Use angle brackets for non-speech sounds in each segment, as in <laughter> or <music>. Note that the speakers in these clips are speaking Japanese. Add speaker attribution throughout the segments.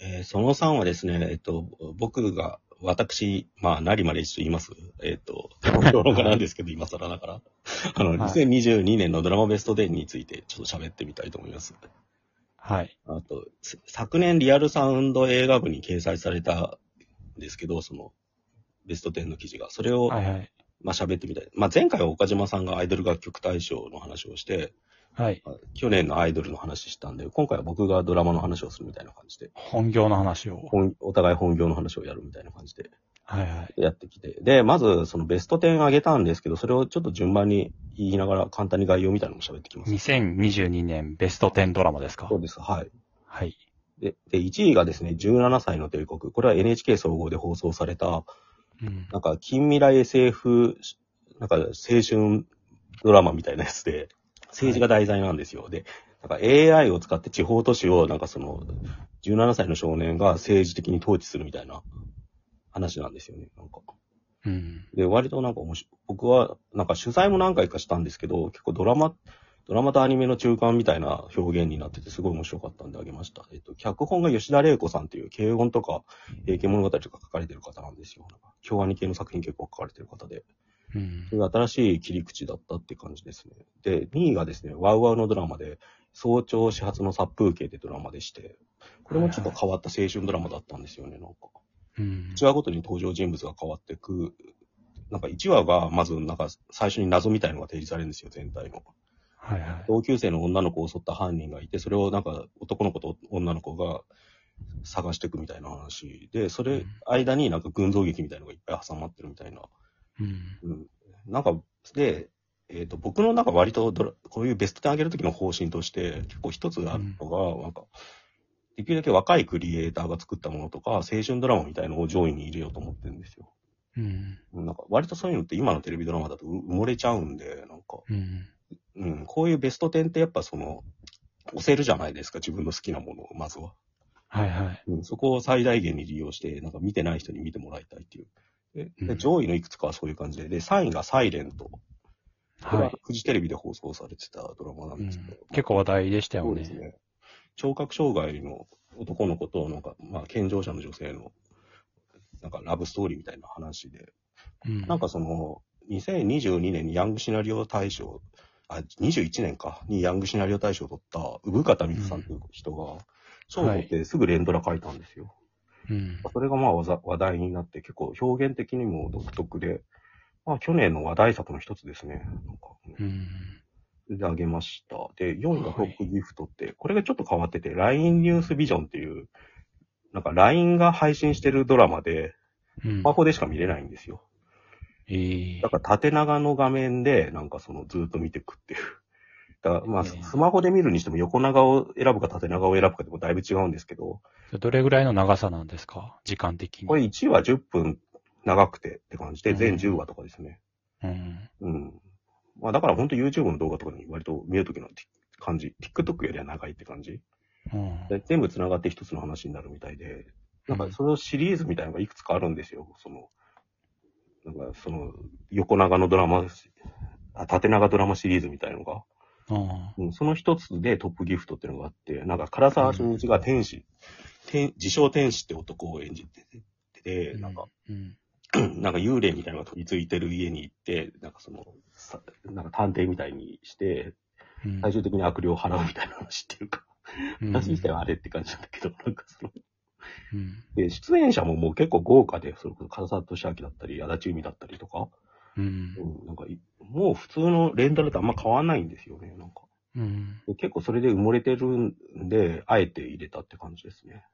Speaker 1: ーその3はですね、えっと、僕が、私、まあ、成まで一緒言いますえっ
Speaker 2: <laughs>
Speaker 1: と、評論家なんですけど、今更ながら。あの、
Speaker 2: はい
Speaker 1: 2022年のドラマベスト10について、ちょっと喋ってみたいと思います。
Speaker 2: はい。
Speaker 1: あと、せ昨年リアルサウンド映画部に掲載されたんですけど、その、ベスト10の記事が。それを、
Speaker 2: はいはい。
Speaker 1: まあ喋ってみたい。まあ前回は岡島さんがアイドル楽曲大賞の話をして、
Speaker 2: はい。
Speaker 1: まあ去年のアイドルの話したんで、今回は僕がドラマの話をするみたいな感じで、
Speaker 2: 本業の話を。
Speaker 1: 本お互い本業の話をやるみたいな感じで
Speaker 2: はいはい。
Speaker 1: やってきて。で、まずそのベスト10上げたんですけど、それをちょっと順番に言いながら簡単に概要みたいなのも喋ってきます。
Speaker 2: 2022年ベスト10ドラマですか
Speaker 1: そうです。はい。
Speaker 2: はい。
Speaker 1: で、で1位がですね、17歳の帝国。これは NHK 総合で放送された、
Speaker 2: うん。
Speaker 1: なんか、近未来 SF、なんか、青春ドラマみたいなやつで、政治が題材なんですよ。で、なんか AI を使って地方都市を、なんかその、17歳の少年が政治的に統治するみたいな話なんですよね。なんか。
Speaker 2: うん。
Speaker 1: で、割となんか面白い。僕は、なんか取材も何回かしたんですけど、結構ドラマ、ドラマとアニメの中間みたいな表現になってて、すごい面白かったんであげました。えっと、脚本が吉田玲子さんという、軽音とか、平家物語とか書かれてる方なんですよ。なんか京アニ系の作品結構書かれてる方で。
Speaker 2: うん
Speaker 1: そ。れが新しい切り口だったって感じですね。で、2位がですね、ワウワウのドラマで、早朝始発の殺風景でドラマでして、これもちょっと変わった青春ドラマだったんですよね、なんか。
Speaker 2: うん。
Speaker 1: 1話ごとに登場人物が変わってく、なんか1話がまずなんか最初に謎みたいのが提示されるんですよ、全体の。
Speaker 2: はいはい。
Speaker 1: 同級生の女の子を襲った犯人がいて、それをなんか男の子と女の子が探していくみたいな話で、それ間になんか群像劇みたいのがいっぱい挟まってるみたいな。
Speaker 2: うん。
Speaker 1: うん。なんか、で、えっ、と、僕のなんか割とドラ、こういうベスト10上げるときの方針として、結構一つあるのが、なんか、できるだけ若いクリエイターが作ったものとか、青春ドラマみたいのを上位に入れようと思ってるんですよ。
Speaker 2: うん。
Speaker 1: うんなんか、割とそういうのって今のテレビドラマだとう埋もれちゃうんで、なんか、
Speaker 2: うん。
Speaker 1: うん、こういうベスト10ってやっぱその、押せるじゃないですか、自分の好きなものを、まずは。
Speaker 2: はいはい。
Speaker 1: うん、そこを最大限に利用して、なんか見てない人に見てもらいたいっていう。で
Speaker 2: う
Speaker 1: で
Speaker 2: ん
Speaker 1: 上位のいくつかはそういう感じで、で、3位がサイレント。これ
Speaker 2: は。
Speaker 1: はいフジテレビで放送されてたドラマな
Speaker 2: うん
Speaker 1: ですけ
Speaker 2: ん
Speaker 1: ど。
Speaker 2: 結構話題でした
Speaker 1: そ
Speaker 2: よ
Speaker 1: うです
Speaker 2: ね。
Speaker 1: ね。聴覚障害の男の子と、なんか、まあ、健常者の女性の、なんか、ラブストーリーみたいな話で、
Speaker 2: うん。
Speaker 1: なんかその、2022年にヤングシナリオ大賞、あ、21年か、にヤングシナリオ大賞を取った、産方美久さんという人が、賞を取ってすぐ連ドラ書いたんですよ。
Speaker 2: うん。
Speaker 1: それがまあわざ話題になって、結構表現的にも独特で、まあ去年の話題作の一つですね。なんかうん
Speaker 2: うん。
Speaker 1: で、あげました。で、4位がトップギフトって、これがちょっと変わってて、LINE ニュースビジョンっていう、なんか LINE が配信してるドラマで、
Speaker 2: うん
Speaker 1: スマ。ホでしか見れないんですよ。
Speaker 2: ええ
Speaker 1: だ。から縦長の画面で、なんかそのずっと見てくっていう。だからまあ、
Speaker 2: ええ
Speaker 1: スマホで見るにしても横長を選ぶか縦長を選ぶかでもだいぶ違うんですけど、
Speaker 2: どれぐらいの長さなんですか時間的に。
Speaker 1: これ1話10分長くてって感じで、
Speaker 2: うん
Speaker 1: 全10話とかですね。
Speaker 2: うん。
Speaker 1: うん。まあだから本当 YouTube の動画とかに割と見るときの感じ、TikTok よりは長いって感じ。
Speaker 2: うん。
Speaker 1: で全部繋がって一つの話になるみたいで、なん
Speaker 2: う
Speaker 1: か
Speaker 2: ん
Speaker 1: そのシリーズみたいなのがいくつかあるんですよ。その、なんかその横長のドラマ、あ縦長ドラマシリーズみたいなのが。
Speaker 2: うん
Speaker 1: うん、その一つでトップギフトっていうのがあって、なんか唐沢俊一が天使、天自称天使って男を演じてて、
Speaker 2: うん。
Speaker 1: なんか、
Speaker 2: うん。
Speaker 1: なんか幽霊みたいなのが飛びついてる家に行って、なんかその、さなんか探偵みたいにして、
Speaker 2: うん。
Speaker 1: 最終的に悪霊を払うみたいな話っていうか、
Speaker 2: うん
Speaker 1: 私自体はあれって感じなんだけど、なんかその、
Speaker 2: うん。
Speaker 1: で、出演者ももう結構豪華で、それこそ唐沢俊明だったり、足立海だったりとか、
Speaker 2: うん。
Speaker 1: うん、なんかい、もう普通のレンタルとあんま変わんないんですよね、なんか。
Speaker 2: うん。
Speaker 1: で結構それで埋もれてるんで、あえて入れたって感じですね。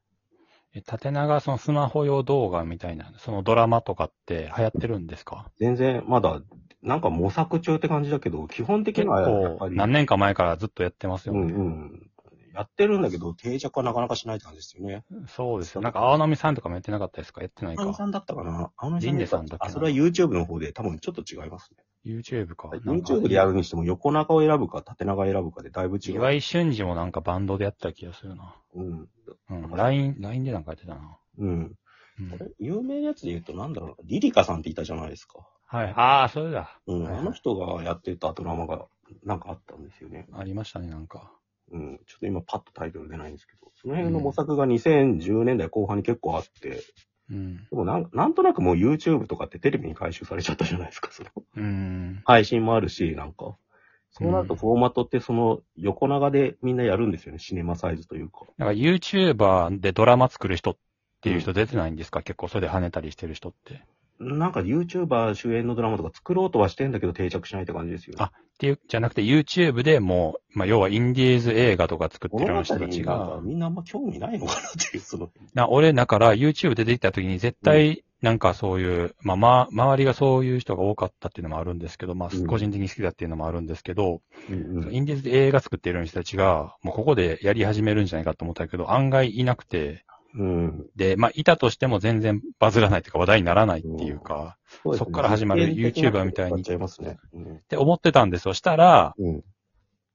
Speaker 2: え、縦長、そのスマホ用動画みたいな、そのドラマとかって流行ってるんですか
Speaker 1: 全然まだ、なんか模索中って感じだけど、基本的に
Speaker 2: 結
Speaker 1: はやっぱ
Speaker 2: 構、
Speaker 1: り、
Speaker 2: 何年か前からずっとやってますよ
Speaker 1: うん
Speaker 2: ね。
Speaker 1: うん。やってるんだけど、定着はなかなかしないって感じですよね。
Speaker 2: そうですよ。なんか、青波さんとかもやってなかったですかやってない
Speaker 1: あの
Speaker 2: か。
Speaker 1: さんだったかなあの
Speaker 2: ジンネさん
Speaker 1: だ
Speaker 2: だ
Speaker 1: った
Speaker 2: っけ
Speaker 1: あ、
Speaker 2: な
Speaker 1: それは YouTube の方で多分ちょっと違いますね。
Speaker 2: YouTube か。なんか
Speaker 1: YouTube でやるにしても横長を選ぶか縦長を選ぶかでだいぶ違
Speaker 2: 岩
Speaker 1: う。
Speaker 2: 井俊二もなんかバンドでやってた気がするな。
Speaker 1: うん。
Speaker 2: うん。LINE、LINE でなんかやってたな。
Speaker 1: うん。
Speaker 2: うん
Speaker 1: あれ有名なやつで言うとなんだろうな。リリカさんっていたじゃないですか。
Speaker 2: はい。ああ、それだ。
Speaker 1: うん。
Speaker 2: はいはい
Speaker 1: あの人がやってたドラマがなんかあったんですよね。
Speaker 2: ありましたね、なんか。
Speaker 1: うん、ちょっと今パッとタイトル出ないんですけど、その辺の模索が2010年代後半に結構あって、
Speaker 2: うん。
Speaker 1: でもなんなんとなくもう YouTube とかってテレビに回収されちゃったじゃないですか、その
Speaker 2: うん。
Speaker 1: 配信もあるし、なんか。そうなるとフォーマットってその横長でみんなやるんですよね、シネマサイズというか。
Speaker 2: なんか YouTuber でドラマ作る人っていう人出てないんですか結構それで跳ねたりしてる人って。
Speaker 1: なんか YouTuber 主演のドラマとか作ろうとはしてんだけど定着しないって感じですよね。
Speaker 2: あっていう、じゃなくて YouTube でもう、まあ、要はインディーズ映画とか作ってる
Speaker 1: 物語
Speaker 2: ような人たち
Speaker 1: になん
Speaker 2: が
Speaker 1: か。みんなあんま興味ないのかなっていう、その、
Speaker 2: な俺、だから YouTube で出てきた時に絶対、なんかそういう、まあ、まあ、周りがそういう人が多かったっていうのもあるんですけど、まあ
Speaker 1: うん、
Speaker 2: 個人的に好きだっていうのもあるんですけど、
Speaker 1: うんうん
Speaker 2: インディーズで映画作ってる人たちが、もうここでやり始めるんじゃないかと思ったけど、案外いなくて、
Speaker 1: うん。
Speaker 2: で、まあ、いたとしても全然バズらないというか話題にならないっていうか、
Speaker 1: そうですね
Speaker 2: そっから始まる YouTuber みたいに
Speaker 1: やっちゃいますね。うん
Speaker 2: って思ってたんですよ。したら、
Speaker 1: うん。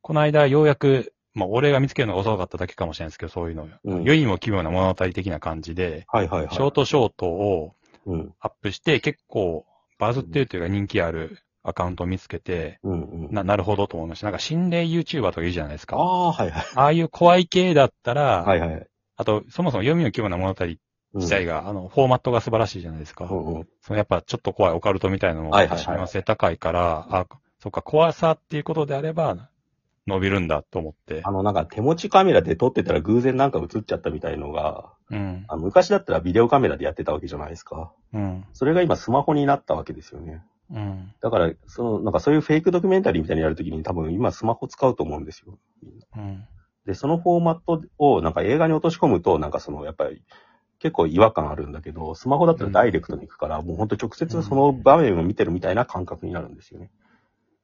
Speaker 2: この間ようやく、まあ、俺が見つけるのが遅かっただけかもしれないですけど、そういうの。
Speaker 1: うん
Speaker 2: 世にも奇妙な物語的な感じで、
Speaker 1: はいはいはい。
Speaker 2: ショートショートを
Speaker 1: うん。
Speaker 2: アップして、結構バズってるというか人気あるアカウントを見つけて、
Speaker 1: うんうん。
Speaker 2: な、なるほどと思いました。なんか心霊 YouTuber とかいるじゃないです
Speaker 1: あ
Speaker 2: か。
Speaker 1: あ、はいはい。
Speaker 2: ああいう怖い系だったら、
Speaker 1: はいはい。
Speaker 2: あと、そもそも読みの規模な物語自体が、あの、フォーマットが素晴らしいじゃないですか。
Speaker 1: うんうん。
Speaker 2: そのやっぱちょっと怖いオカルトみたいなの
Speaker 1: はいはいは
Speaker 2: も、
Speaker 1: い
Speaker 2: 親和性高いから、あ、そっか、怖さっていうことであれば、伸びるんだと思って
Speaker 1: あ。の、なんか手持ちカメラで撮ってたら偶然なんか映っちゃったみたいのが、
Speaker 2: うん。
Speaker 1: あ昔だったらビデオカメラでやってたわけじゃないですか。
Speaker 2: うん。
Speaker 1: それが今スマホになったわけですよね。
Speaker 2: うん。
Speaker 1: だから、その、なんかそういうフェイクドキュメンタリーみたいにやるときに多分今スマホ使うと思うんですよ。
Speaker 2: うん。
Speaker 1: で、そのフォーマットをなんか映画に落とし込むと、なんかその、やっぱり、結構違和感あるんだけど、スマホだったらダイレクトに行くから、もうほんと直接その場面を見てるみたいな感覚になるんですよね。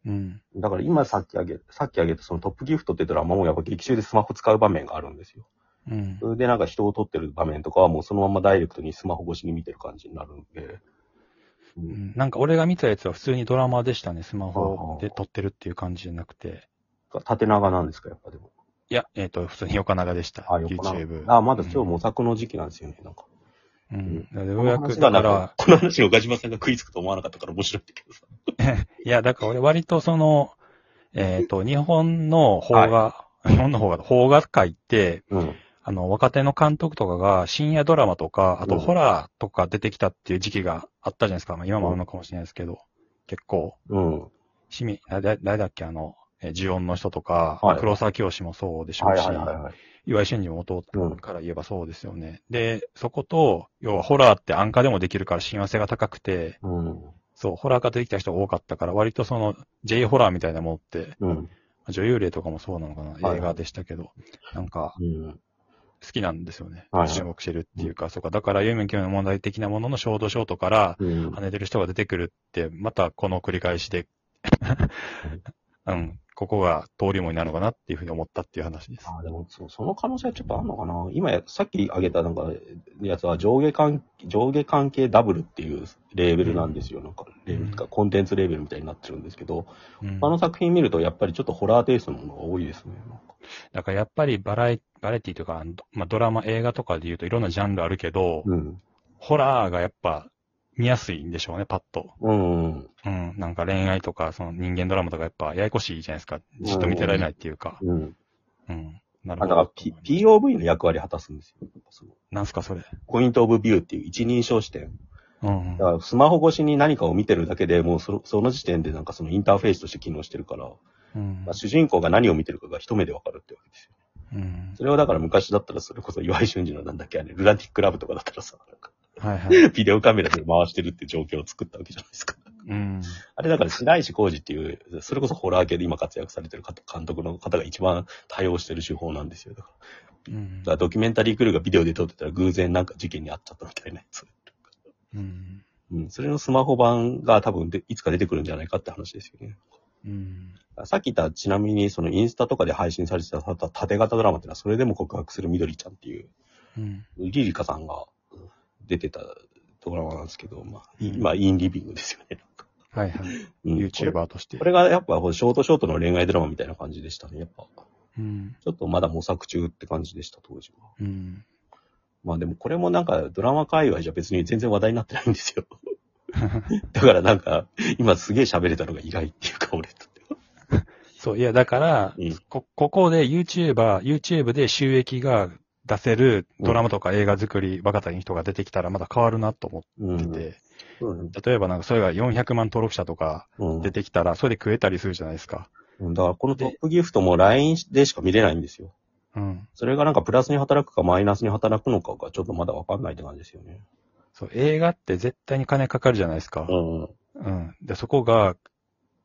Speaker 2: うん。
Speaker 1: だから今さっきあげ、さっきあげたそのトップギフトってドラマもやっぱ劇中でスマホ使う場面があるんですよ。
Speaker 2: うん
Speaker 1: そ。れでなんか人を撮ってる場面とかはもうそのままダイレクトにスマホ越しに見てる感じになるんで。う
Speaker 2: うんんなんか俺が見たやつは普通にドラマでしたね。スマホで撮ってるっていう感じじゃなくて。
Speaker 1: 縦長なんですか、やっぱでも。
Speaker 2: いや、えっ、と、普通に横長でした。
Speaker 1: あ、横長
Speaker 2: YouTube。
Speaker 1: あ、まだ今日模
Speaker 2: も。
Speaker 1: 索の時期なんですよね、なんか。
Speaker 2: うん。でよ
Speaker 1: この
Speaker 2: うやく、
Speaker 1: 話がな
Speaker 2: だか、、
Speaker 1: んからこの話をガジマさんが食いつくと思わなかったから面白いんだけどさ。
Speaker 2: いや、だから俺割とその、えっ、と、日本の邦画、日本の邦画、邦画界って、
Speaker 1: うん。
Speaker 2: あの、若手の監督とかが深夜ドラマとか、あ
Speaker 1: うん
Speaker 2: とホラーとか出てきたっていう時期があったじゃないですか。まあ今もあるのかもしれないですけど、結構、
Speaker 1: うん。
Speaker 2: 市民、だだ誰だっけ、あの、えー呪音の人とか、
Speaker 1: はい
Speaker 2: 黒沢清もそうでしょ
Speaker 1: は
Speaker 2: う
Speaker 1: い
Speaker 2: し、
Speaker 1: はいはいはい。
Speaker 2: 岩井俊二も弟
Speaker 1: うん
Speaker 2: から言えばそうですよね。で、そこと、要はホラーって安価でもできるから親和性が高くて、
Speaker 1: うん。
Speaker 2: そう、ホラー化できた人が多かったから、割とその J ホラーみたいなものって、
Speaker 1: うん。
Speaker 2: 女優例とかもそうなのか
Speaker 1: はい
Speaker 2: な、映画でしたけど、なんか
Speaker 1: うん。
Speaker 2: 好きなんですよね
Speaker 1: はい。
Speaker 2: 注目してるっていうか、そうか、だから、有名の問題的なもののショートショートから、
Speaker 1: うん
Speaker 2: 跳。ねてる人が出てくるって、またこの繰り返しで、 <laughs> うん、ここが通りもになるのかなっていうふうに思ったっていう話です。
Speaker 1: あでもそう、その可能性はちょっとあるのかな。今や、さっき挙げたなんか、やつは上下関、上下関係ダブルっていうレーベルなんですよ。なんか、レーベルとか、コンテンツレーベルみたいになってるんですけど、
Speaker 2: うん
Speaker 1: 他の作品見るとやっぱりちょっとホラーテイストのものが多いですね。なんか
Speaker 2: だからやっぱりバラエバラエティとか、どまあ、ドラマ、映画とかで言うといろんなジャンルあるけど、
Speaker 1: うん。
Speaker 2: ホラーがやっぱ見やすいんでしょうね、パッと。
Speaker 1: うんうん。
Speaker 2: うん、なんか恋愛とか、その人間ドラマとかやっぱややこしいじゃないですか。じっと見てられないっていうか。
Speaker 1: うん。
Speaker 2: うん、なる
Speaker 1: あ
Speaker 2: ほ
Speaker 1: だから
Speaker 2: ど。
Speaker 1: P、POV の役割を果たすんですよ。その
Speaker 2: なんすか、それ。
Speaker 1: ポイントオブビューっていう一人称視点。
Speaker 2: うん、うん
Speaker 1: だか。らスマホ越しに何かを見てるだけでもうそその時点でなんかそのインターフェースとして機能してるから、
Speaker 2: うん
Speaker 1: まあ、主人公が何を見てるかが一目でわかるってわけですよ。
Speaker 2: うん
Speaker 1: それはだから昔だったらそれこそ岩井俊二のなんだっけあれ、ルナティックラブとかだったらさ、なんか
Speaker 2: はいはい。
Speaker 1: ビデオカメラで回してるって状況を作ったわけじゃないですか。
Speaker 2: うん。
Speaker 1: あれだから白石浩二っていう、それこそホラー系で今活躍されてる方監督の方が一番対応してる手法なんですよ。だから
Speaker 2: うん
Speaker 1: だからドキュメンタリークルーがビデオで撮ってたら偶然なんか事件にあっちゃったみたいなやつ。
Speaker 2: うん。
Speaker 1: うん、それのスマホ版が多分でいつか出てくるんじゃないかって話ですよね。
Speaker 2: うん。
Speaker 1: さっき言った、ちなみに、そのインスタとかで配信されてた縦型ドラマってのは、それでも告白するみどりちゃんっていう、
Speaker 2: うん。
Speaker 1: リリカさんが出てたドラマなんですけど、まあ、
Speaker 2: うん
Speaker 1: 今、インリビングですよね。なんか
Speaker 2: はいはい。
Speaker 1: うんこれ
Speaker 2: YouTuber として
Speaker 1: こ。れがやっぱ、ショートショートの恋愛ドラマみたいな感じでしたね。やっぱ、
Speaker 2: うん。
Speaker 1: ちょっとまだ模索中って感じでした、当時は。
Speaker 2: うん。
Speaker 1: まあでもこれもなんかドラマ界隈じゃ別に全然話題になってないんですよ。 <laughs> だからなんか、今すげえ喋れたのが意外っていうか、俺とっては。
Speaker 2: そう、いや、だから、
Speaker 1: うん
Speaker 2: こ、ここで YouTuber、YouTube で収益が出せるドラマとか映画作り、若手の人が出てきたらまだ変わるなと思
Speaker 1: う
Speaker 2: って
Speaker 1: ん。
Speaker 2: て、
Speaker 1: そうだね
Speaker 2: 例えばなんかそれが400万登録者とか
Speaker 1: うん
Speaker 2: 出てきたら、それで食えたりするじゃないですか。
Speaker 1: うん。だからこのトップギフトも LINE でしか見れないんですよ。
Speaker 2: うん。
Speaker 1: それがなんかプラスに働くかマイナスに働くのかがちょっとまだわかんないって感じですよね。
Speaker 2: そう、映画って絶対に金かかるじゃないですか。
Speaker 1: うん。
Speaker 2: うん。で、そこが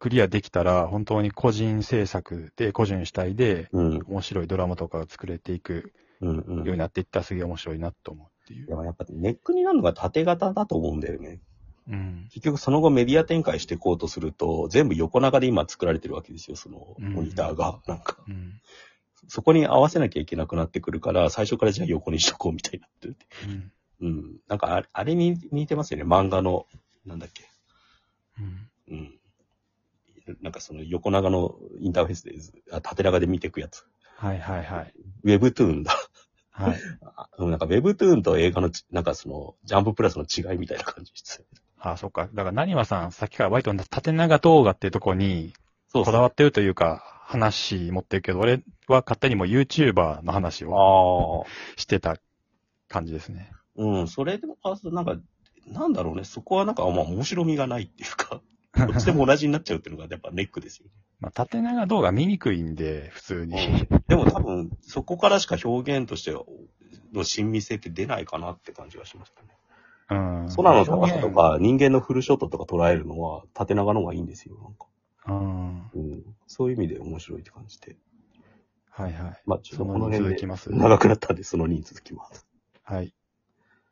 Speaker 2: クリアできたら、本当に個人制作で、個人主体で、
Speaker 1: うん。
Speaker 2: 面白いドラマとかが作れていく
Speaker 1: うん。うん。
Speaker 2: ようになっていったらすげえ面白いなと思うっていう
Speaker 1: で。もやっぱネックになるのが縦型だと思うんだよね。
Speaker 2: うん。
Speaker 1: 結局その後メディア展開していこうとすると、全部横長で今作られてるわけですよ、その
Speaker 2: うん
Speaker 1: モニターが。なんか、
Speaker 2: うん。
Speaker 1: そこに合わせなきゃいけなくなってくるから、最初からじゃあ横にしとこうみたいになってる。
Speaker 2: うん。
Speaker 1: うん。なんかあれあれに似てますよね、漫画の、なんだっけ。
Speaker 2: うん。
Speaker 1: うん。なんかその横長のインターフェースでず、あ縦長で見ていくやつ。
Speaker 2: はいはいはい。
Speaker 1: Webtoon だ。 <laughs>
Speaker 2: はい。
Speaker 1: あうんなんか Webtoon と映画のち、なんかその、ジャンププラスの違いみたいな感じです。
Speaker 2: あそっか。だから、なにわさん、さっきからバイトの縦長動画っていうとこに、
Speaker 1: そう
Speaker 2: こだわってるというか、話持ってるけど、俺は勝手にもう YouTuber の話を
Speaker 1: ああ。
Speaker 2: してた感じですね。
Speaker 1: うん、それでも、あなんか、なんだろうね、そこはなんか、あまあ、面白みがないっていう
Speaker 2: <laughs>
Speaker 1: か、どっちでも同じになっちゃうっていうのが、やっぱネックですよ
Speaker 2: まあ、縦長動画見にくいんで、普通に。
Speaker 1: ね。うん、でも多分、そこからしか表現としての親密性って出ないかなって感じがしましたね。
Speaker 2: うん。
Speaker 1: 空の高さと
Speaker 2: 表
Speaker 1: か、人間のフルショットとか捉えるのは、縦長の方がいいんですよ、なんか。
Speaker 2: 現。うん。
Speaker 1: うん、そういう意味で面白いって感じで。
Speaker 2: はいはい。
Speaker 1: まあ、ちょっとこの
Speaker 2: その
Speaker 1: 辺
Speaker 2: 続
Speaker 1: で
Speaker 2: きます。
Speaker 1: 長くなったんで、その2続きます。
Speaker 2: はい。